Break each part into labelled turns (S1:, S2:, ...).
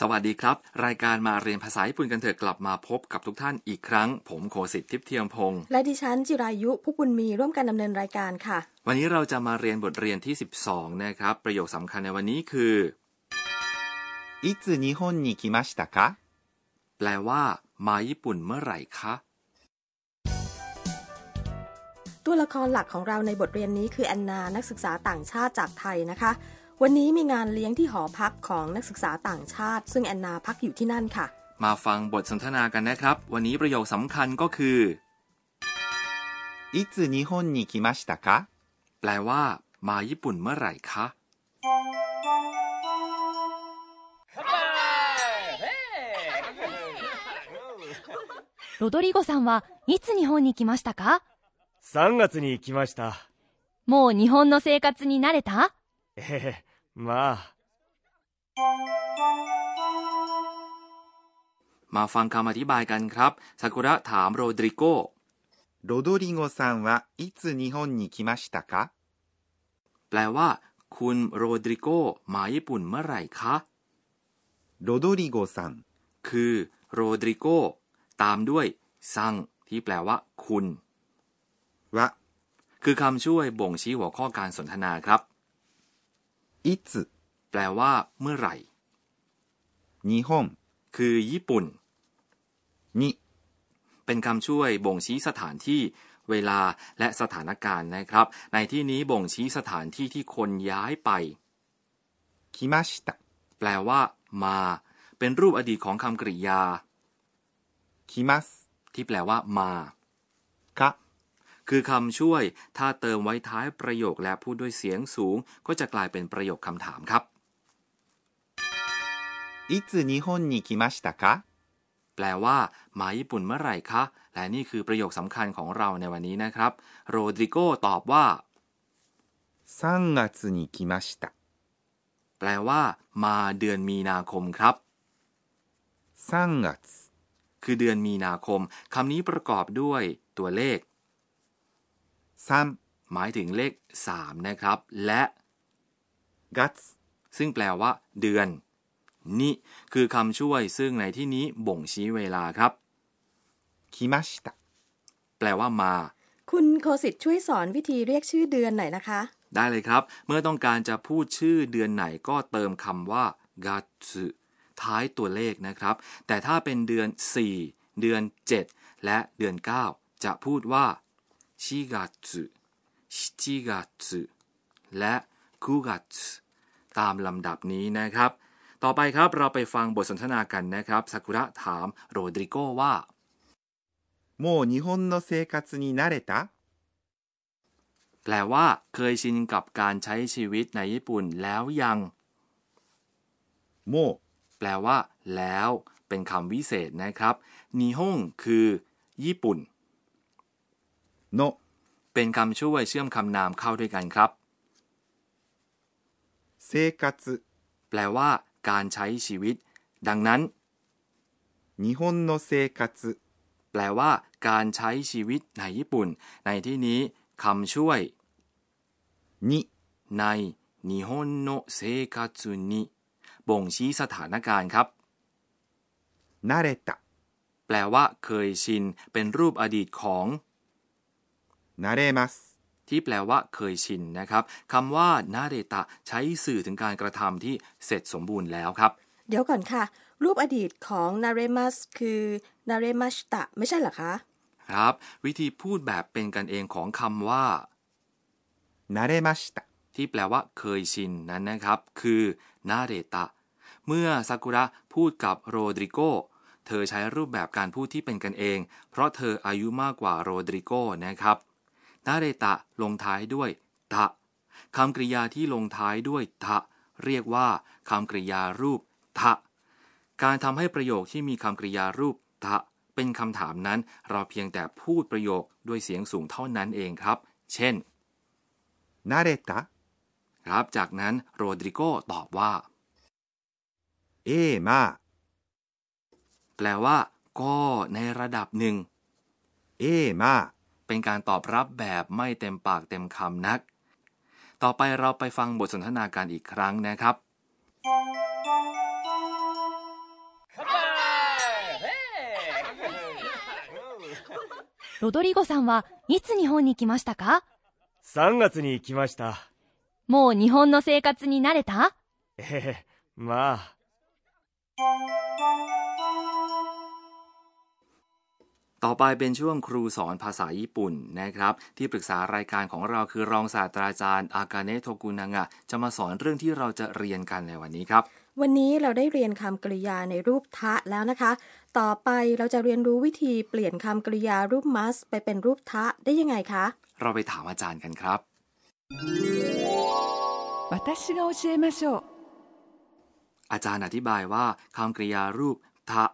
S1: สวัสดีครับ รายการมาเรียนภาษาญี่ปุ่นกันเถอะกลับมาพบกับทุกท่านอีกครั้ง ผมโคสิทธิ์ทิพย์เทียมพงศ์
S2: และดิฉันจิรายุผู้บุญมีร่วมกันดำเนินรายการค่ะ
S1: วันนี้เราจะมาเรียนบทเรียนที่ 12 นะครับ ประโยคสำคัญในวันนี้คือ
S3: いつ日本に来ましたか
S1: แปลว่า มาญี่ปุ่นเมื่อไหร่คะ
S2: ตัวละครหลักของเราในบทเรียนนี้คือแอนนานักศึกษาต่างชาติจากไทยนะคะ วันนี้มีงานเลี้ยงที่หอพักของนักศึกษาต่างชาติ ซึ่งแอนนาพักอยู่ที่นั่นค่ะ
S1: มาฟังบทสนทนากันนะครับ วันนี้ประโยคสำคัญก็คือ
S3: いつ日本に来ましたか
S1: แปลว่า มาญี่ปุ่นเมื่อไหร่คะ
S4: ロドリゴさんはいつ日本に来ましたか
S5: 3月に来ました。
S4: もう日本の生活に慣れた
S5: ええ、まあ。
S1: มาฟังคำอธิบายกันครับซากุระถามโรดริโก
S3: ロドリゴさんはいつ日本に来ましたか
S1: แปลว่า คุณโรดริโกมาญี่ปุ่นเมื่อไหร่คะ
S3: ロドリゴさん
S1: คือโรดริโกตามด้วย ซัง ที่แปลว่า คุณ
S3: は
S1: คือคำช่วยบ่งชี้หัวข้อการสนทนาครับ
S3: いつ
S1: แปลว่า เมื่อไหร่
S3: 日本
S1: คือญี่ปุ่น
S3: に
S1: เป็นคำช่วยบ่งชี้สถานที่เวลาและสถานการณ์นะครับ ในที่นี้บ่งชี้สถานที่ที่คนย้ายไป
S3: 来ました
S1: แปลว่า มา เป็นรูปอดีตของคำกริยา
S3: 来ます
S1: ที่แปลว่า มา
S3: か
S1: คือคำช่วย ถ้าเติมไว้ท้ายประโยคและพูดด้วยเสียงสูง ก็จะกลายเป็นประโยคคำถามครับ
S3: いつ日本に来ましたか
S1: แปลว่า มาญี่ปุ่นเมื่อไหร่คะ และนี่คือประโยคสำคัญของเราในวันนี้นะครับ โรดริโกตอบว่า
S3: 3月に来ました
S1: แปลว่า มาเดือนมีนาคมครับ
S3: 3月
S1: คือเดือนมีนาคม คำนี้ประกอบด้วยตัวเลข
S3: 3
S1: หมายถึงเลข 3 นะครับ และ
S3: 月
S1: ซึ่งแปลว่า เดือน นี่คือคำช่วย ซึ่งในที่นี้บ่งชี้เวลาครับ
S3: 来ました
S1: แปลว่ามา
S2: คุณโคสิตช่วยสอนวิธีเรียกชื่อเดือนหน่อยนะคะ
S1: ได้เลยครับ เมื่อต้องการจะพูดชื่อเดือนไหนก็เติมคำว่า gatsu ท้ายตัวเลขนะครับ แต่ถ้าเป็นเดือน 4 เดือน 7 และเดือน 9 จะพูดว่า shigatsu shichigatsu และ kugatsu ตามลำดับนี้นะครับ ต่อไปครับเราไปฟังบทสนทนากันนะครับซากุระถามโรดริโกว่า
S3: もう日本の生活に慣れた
S1: แปลว่า เคยชินกับการใช้ชีวิตในญี่ปุ่นแล้วยัง
S3: も
S1: แปลว่า แล้ว เป็นคำวิเศษนะครับนิฮงคือ ญี่ปุ่น
S3: うの
S1: เป็นคำช่วยเชื่อมคำนามเข้าด้วยกันครับ
S3: 生活
S1: แปลว่า การใช้ชีวิต ดังนั้น
S3: 日本の生活
S1: แปลว่า การใช้ชีวิตในญี่ปุ่น ในที่นี้คำช่วย
S3: に
S1: ในนิฮงโนเซกาซุนิบ่งชี้สถานการณ์ครับ
S3: 慣れた
S1: แปลว่า เคยชิน เป็นรูปอดีตของ
S3: 慣れます
S1: ที่แปลว่าเคยชินนะครับคำว่านาเดตะใช้สื่อถึงการกระทำที่เสร็จสมบูรณ์แล้วครับ
S2: เดี๋ยวก่อนค่ะ รูปอดีตของนาเรมัสคือนาเรมัชตะไม่ใช่เหรอคะ
S1: ครับ วิธีพูดแบบเป็นกันเองของคำว่า
S3: 慣れました
S1: ที่แปลว่าเคยชินนั้นนะครับ คือนาเดตะ เมื่อซากุระพูดกับโรดริโกเธอใช้รูปแบบการพูดที่เป็นกันเอง เพราะเธออายุมากกว่าโรดริโกนะครับนาเดตะลงท้ายด้วยตะคำกริยาที่ลงท้ายด้วยทะเรียกว่าคำกริยารูปทะ การทำให้ประโยคที่มีคำกริยารูปทะเป็นคำถามนั้น เราเพียงแต่พูดประโยคด้วยเสียงสูงเท่านั้นเองครับ เช่น
S3: 慣れた
S1: ครับ จากนั้นโรดริโกตอบว่า
S3: ええまあ
S1: แปลว่า ก็ในระดับหนึ่ง
S3: ええまあ
S1: เป็นการตอบรับแบบไม่เต็มปากเต็มคำนัก ต่อไปเราไปฟังบทสนทนาการอีกครั้งนะครับ
S4: ロドリゴさんはいつ日本に来ましたか
S5: 3月に来ました。
S4: もう日本の生活に慣れた
S5: えへへ、まあ、
S1: ต่อไปเป็นช่วงครูสอนภาษาญี่ปุ่นนะครับ ที่ปรึกษารายการของเราคือรองศาสตราจารย์อากาเนะโทกุนางะจะมาสอนเรื่องที่เราจะเรียนกันในวันนี้ครับ
S2: วันนี้เราได้เรียนคำกริยาในรูปทะแล้วนะคะ ต่อไปเราจะเรียนรู้วิธีเปลี่ยนคำกริยารูป must ไปเป็นรูปทะได้ยังไงคะ
S1: เราไปถามอาจารย์กันครับ
S6: 私が教えましょう
S1: อาจารย์อธิบายว่าคำกริยารูปทะ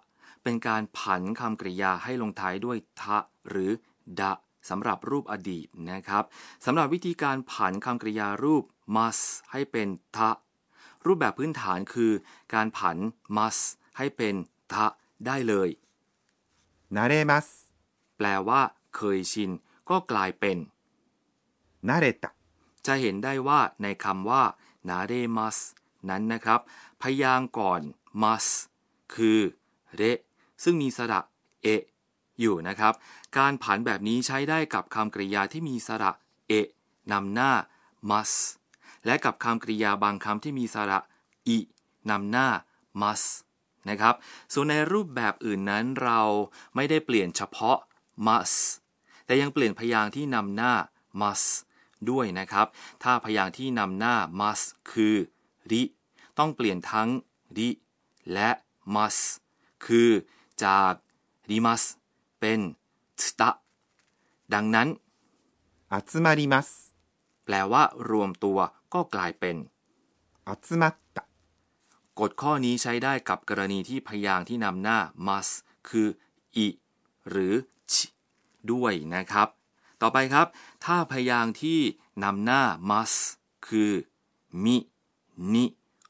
S1: เป็นการผันคำกริยาให้ลงท้ายด้วยทะ หรือดะสำหรับรูปอดีตนะครับสำหรับวิธีการผันคำกริยารูป must ให้เป็นทะ รูปแบบพื้นฐานคือ การผัน must ให้เป็นทะได้เลย
S3: 慣れます
S1: แปลว่า เคยชิน ก็กลายเป็น
S3: 慣れた
S1: จะเห็นได้ว่าในคำว่า นาเรมัสนั้นนะครับ พยางค์ก่อน มัส คือเรซึ่งมีสระเอะอยู่นะครับ การผันแบบนี้ใช้ได้กับคำกริยาที่มีสระเอะนำหน้ามัส และกับคำกริยาบางคำที่มีสระอินำหน้ามัสนะครับ ส่วนในรูปแบบอื่นนั้นเราไม่ได้เปลี่ยนเฉพาะมัส แต่ยังเปลี่ยนพยางค์ที่นำหน้า must ด้วยนะครับ ถ้าพยางค์ที่นำหน้า must คือ ริต้องเปลี่ยนทั้ง ริ และ must คือจาก ริมัส เป็นสตะดังนั้น
S3: 集まります
S1: แปลว่ารวมตัวก็กลายเป็น
S3: 集まった
S1: กฎข้อนี้ใช้ได้กับกรณีที่พยางค์ที่นำหน้า must คืออิหรือชิด้วยนะครับ ต่อไปครับ ถ้าพยางค์ที่นำหน้า must คือมินิ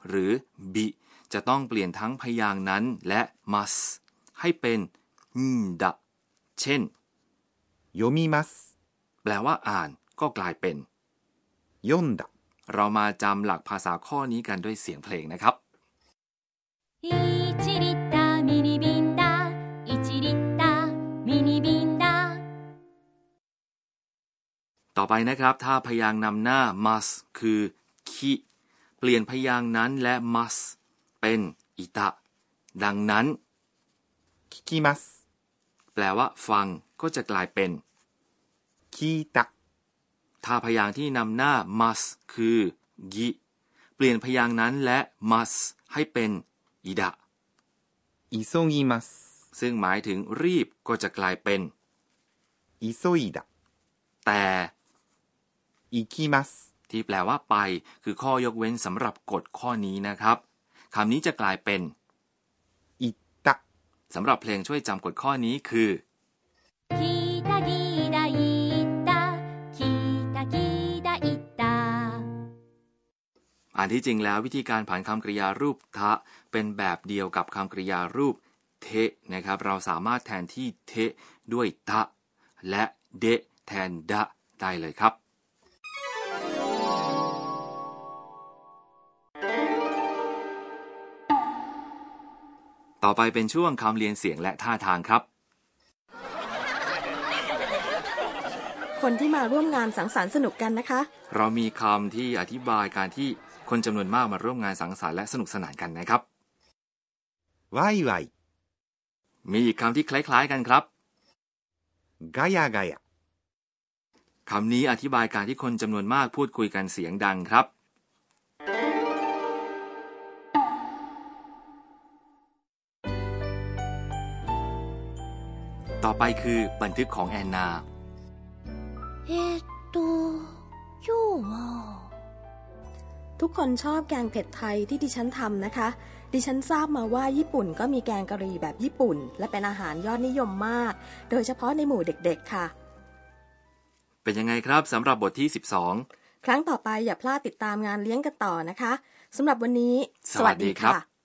S1: หรือบิจะต้องเปลี่ยนทั้งพยางค์นั้นและ must ให้เป็นนดะเช่น
S3: 読みます
S1: แปลว่าอ่านก็กลายเป็น
S3: 読んだ
S1: เรามาจำหลักภาษาข้อนี้กันด้วยเสียงเพลงนะครับ
S4: 1リッターミニビンだ1リッターミニビンだ
S1: ต่อไปนะครับ ถ้าพยางค์นำหน้า must คือคิเปลี่ยนพยางค์นั้นและ must เป็นอิตะ ดังนั้น
S3: 聞きます
S1: แปลว่าฟังก็จะกลายเป็น
S3: 聞いた
S1: ถ้าพยางค์ที่นำหน้า must คือกิเปลี่ยนพยางค์นั้นและ must ให้เป็นอิดะ
S3: 急ぎます
S1: ซึ่งหมายถึงรีบก็จะกลายเป็น
S3: 急いだ
S1: แต่
S3: 行きます
S1: ที่แปลว่าไป คือข้อยกเว้นสำหรับกฎข้อนี้นะครับคำนี้จะกลายเป็น
S3: 行った
S1: สำหรับเพลงช่วยจำกฎข้อนี้คือ
S4: 聞いた聞いた言った聞いた聞いた言った
S1: อันที่จริงแล้ววิธีการผันคำกริยารูปทะ เป็นแบบเดียวกับคำกริยารูปเทะนะครับ เราสามารถแทนที่เทะด้วยทะ และเดะแทนดะได้เลยครับ ต่อไปเป็นช่วงคำเรียนเสียงและท่าทางครับ
S2: คนที่มาร่วมงานสังสรรค์สนุกกันนะคะ
S1: เรามีคำที่อธิบายการที่คนจำนวนมากมาร่วมงานสังสรรค์และสนุกสนานกันนะครับ
S3: ワイワイ
S1: มีอีกคำที่คล้ายๆกันครับ
S3: ガヤガヤ
S1: คำนี้อธิบายการที่คนจำนวนมากพูดคุยกันเสียงดังครับ ต่อไปคือบันทึกของแอนนา
S4: えーっと今日は
S2: ทุกคนชอบแกงเผ็ดไทยที่ดิฉันทำนะคะ ดิฉันทราบมาว่าญี่ปุ่นก็มีแกงกะหรี่แบบญี่ปุ่น และเป็นอาหารยอดนิยมมาก โดยเฉพาะในหมู่เด็กๆค่ะ
S1: เป็นยังไงครับสำหรับบทที่
S2: ครั้งต่อไปอย่าพลาดติดตามงานเลี้ยงกันต่อนะคะสำหรับวันนี้
S1: 12 สวัสดีครับ